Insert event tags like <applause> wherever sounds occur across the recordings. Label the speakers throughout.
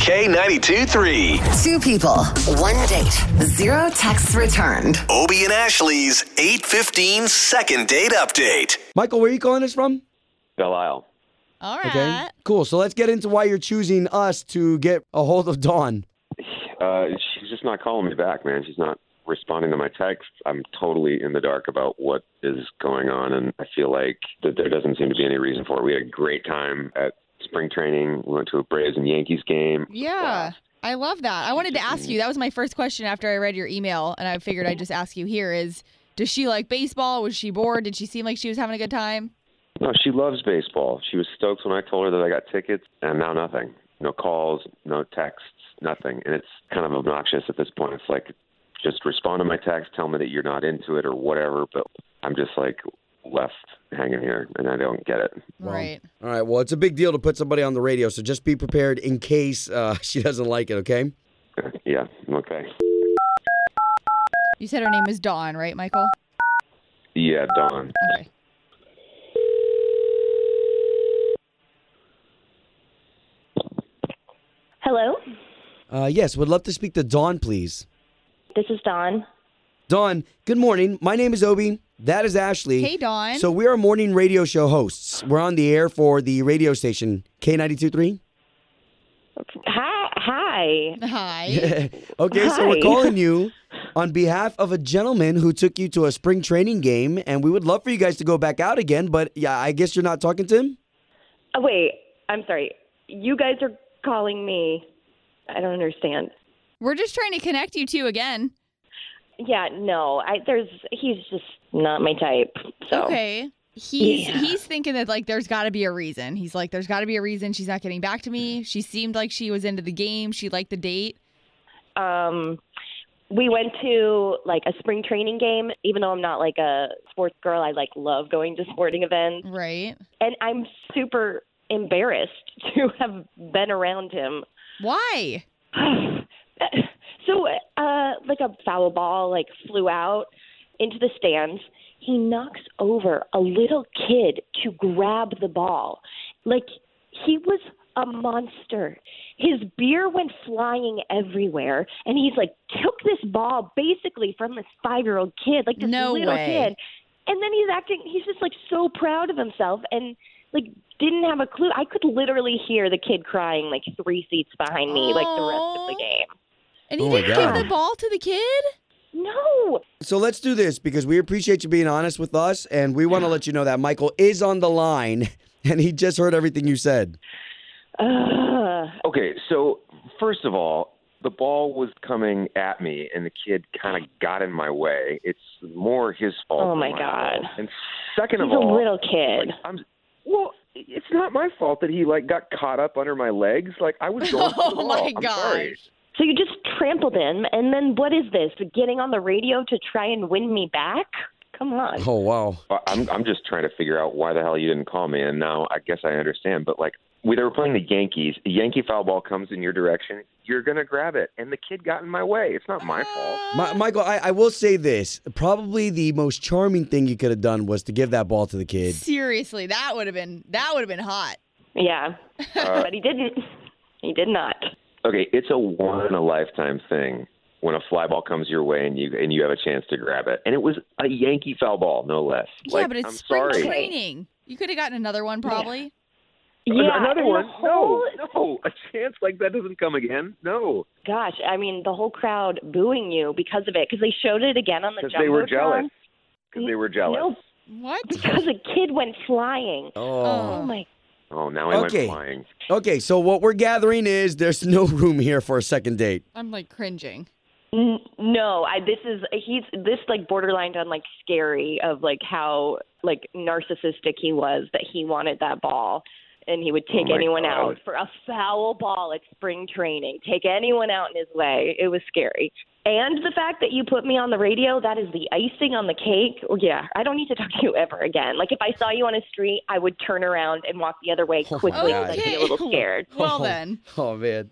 Speaker 1: K92 3.
Speaker 2: Two people, one date, zero texts returned.
Speaker 1: Obie and Ashley's 815 second date update.
Speaker 3: Michael, where are you calling us from?
Speaker 4: Belle Isle.
Speaker 5: All right.
Speaker 3: Cool. So let's get into why you're choosing us to get a hold of Dawn.
Speaker 4: Uh, she's just not calling me back, man. She's not responding to my texts. I'm totally in the dark about what is going on, and I feel like that there doesn't seem to be any reason for it. We had a great time at spring training. We went to a Braves and Yankees game.
Speaker 5: Yeah. I love that. I wanted to ask you. That was my first question after I read your email, and I figured I'd just ask you here is does she like baseball? Was she bored? Did she seem like she was having a good time?
Speaker 4: No, she loves baseball. She was stoked when I told her that I got tickets, and now nothing. No calls, no texts, nothing. And it's kind of obnoxious at this point. It's like, just respond to my text, tell me that you're not into it or whatever. But I'm just like left hanging here, and I don't get it.
Speaker 5: Right.
Speaker 3: All right. Well, it's a big deal to put somebody on the radio, so just be prepared in case uh, <laughs> she doesn't like it. Okay.
Speaker 4: yeah, okay.
Speaker 5: You said her name was Dawn, right, Michael?
Speaker 4: Yeah, Dawn.
Speaker 5: Okay.
Speaker 6: Hello,
Speaker 3: Uh, yes, would love to speak to Dawn, please.
Speaker 6: this is Dawn.
Speaker 3: Dawn, good morning. My name is Obi. That is Ashley.
Speaker 5: Hey, Dawn.
Speaker 3: So we are morning radio show hosts. We're on the air for the radio station K92.3.
Speaker 6: Hi, hi.
Speaker 5: Hi.
Speaker 3: <laughs> okay, so we're
Speaker 6: Hi.
Speaker 3: calling you on behalf of a gentleman who took you to a spring training game, and we would love for you guys to go back out again, but yeah, I guess you're not talking to him?
Speaker 6: Oh, wait, I'm sorry. You guys are calling me. I don't understand.
Speaker 5: We're just trying to connect you two again.
Speaker 6: Yeah, no. I there's he's just not my type.
Speaker 3: Oh.
Speaker 6: So
Speaker 5: Okay. He's
Speaker 6: Yeah.
Speaker 5: he's thinking that like there's got to be a reason. He's like there's got to be a reason she's not getting back to me. She seemed like she was into the game. She liked the date.
Speaker 6: um we went to like a spring training game. Even though I'm not like a sports girl, I like love going to sporting events.
Speaker 5: Right.
Speaker 6: And I'm super embarrassed <laughs> to have been around him.
Speaker 5: Why?
Speaker 6: <sighs> so uh like a foul ball like flew out into the stands he knocks over a little kid to grab the ball like he was a monster his beer went flying everywhere and he's like took this ball basically from this five year old kid like this
Speaker 5: No
Speaker 6: little
Speaker 5: way.
Speaker 6: kid and then he's acting he's just like so proud of himself and like didn't have a clue i could literally hear the kid crying like three seats behind me like the rest of
Speaker 5: Aw.
Speaker 6: the game
Speaker 5: And he
Speaker 3: Oh my
Speaker 5: didn't
Speaker 3: God.
Speaker 5: give the ball to the kid?
Speaker 6: no.
Speaker 3: So let's do this because we appreciate you being honest with us, and we want to let you know that Michael is on the line, <laughs> and he just heard everything you said.
Speaker 6: Ugh.
Speaker 4: Okay, so first of all, the ball was coming at me, and the kid kind of got in my way. It's more his fault.
Speaker 6: Oh
Speaker 4: than
Speaker 6: my
Speaker 4: mine.
Speaker 6: God.
Speaker 4: And second
Speaker 6: He's
Speaker 4: of all,
Speaker 6: a little kid.
Speaker 4: like, I'm well. It's not my fault that he like got caught up under my legs. Like I
Speaker 6: <laughs>
Speaker 4: was going. for the
Speaker 5: Oh, my
Speaker 4: ball. I'm sorry.
Speaker 5: gosh.
Speaker 6: So you just trampled him, and then what is this? Getting on the radio to try and win me back? Come on.
Speaker 3: Oh wow!
Speaker 4: I- I'm I'm just trying to figure out why the hell you didn't call me, and now I guess I understand. But like we they were playing the Yankees, a Yankee foul ball comes in your direction, you're gonna grab it, and the kid got in my way. It's not my fault.
Speaker 3: Mi- Michael, I-, I will say this: probably the most charming thing you could have done was to give that ball to the kid.
Speaker 5: Seriously, that would have been that would have been hot.
Speaker 6: Yeah.
Speaker 4: <laughs>
Speaker 6: but he didn't. He did not.
Speaker 4: Okay, it's a one in a lifetime thing when a fly ball comes your way and you and you have a chance to grab it, and it was a Yankee foul ball, no less.
Speaker 5: yeah,
Speaker 4: Like,
Speaker 5: but it's
Speaker 4: I'm
Speaker 5: spring
Speaker 4: sorry.
Speaker 5: training. You could have gotten another one probably.
Speaker 6: Yeah.
Speaker 4: Another
Speaker 6: and the
Speaker 4: one?
Speaker 6: Whole,
Speaker 4: No, no. A chance like that doesn't come again. No,
Speaker 6: Gosh, I mean, the whole crowd booing you because of it, because they showed it again on the
Speaker 4: because
Speaker 6: jumbotron.
Speaker 4: they were jealous. Because they were jealous.
Speaker 6: No,
Speaker 5: What?
Speaker 6: because a kid went flying.
Speaker 5: Oh.
Speaker 6: Oh my
Speaker 4: Oh, now I
Speaker 3: Okay.
Speaker 4: went flying.
Speaker 3: Okay, so what we're gathering is there's no room here for a second date.
Speaker 5: I'm like cringing.
Speaker 6: N- no i this is he's this like borderline on like scary of like how like narcissistic he was that he wanted that ball and he would
Speaker 3: Oh
Speaker 6: take
Speaker 4: my
Speaker 6: anyone
Speaker 4: God.
Speaker 6: out for a foul ball at spring training take anyone out in his way it was scary and the fact that you put me on the radio that is the icing on the cake oh, yeah i don't need to talk to you ever again like if i saw you on a street i would turn around and walk the other way
Speaker 3: Oh my
Speaker 6: quickly
Speaker 3: God.
Speaker 6: because i'd be a little scared
Speaker 5: <laughs> Well then.
Speaker 3: Oh man.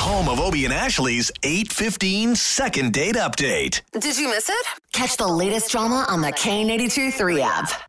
Speaker 1: Home of Obie and Ashley's 815 second date update.
Speaker 2: Did you miss it? Catch the latest drama on the K82 3 app.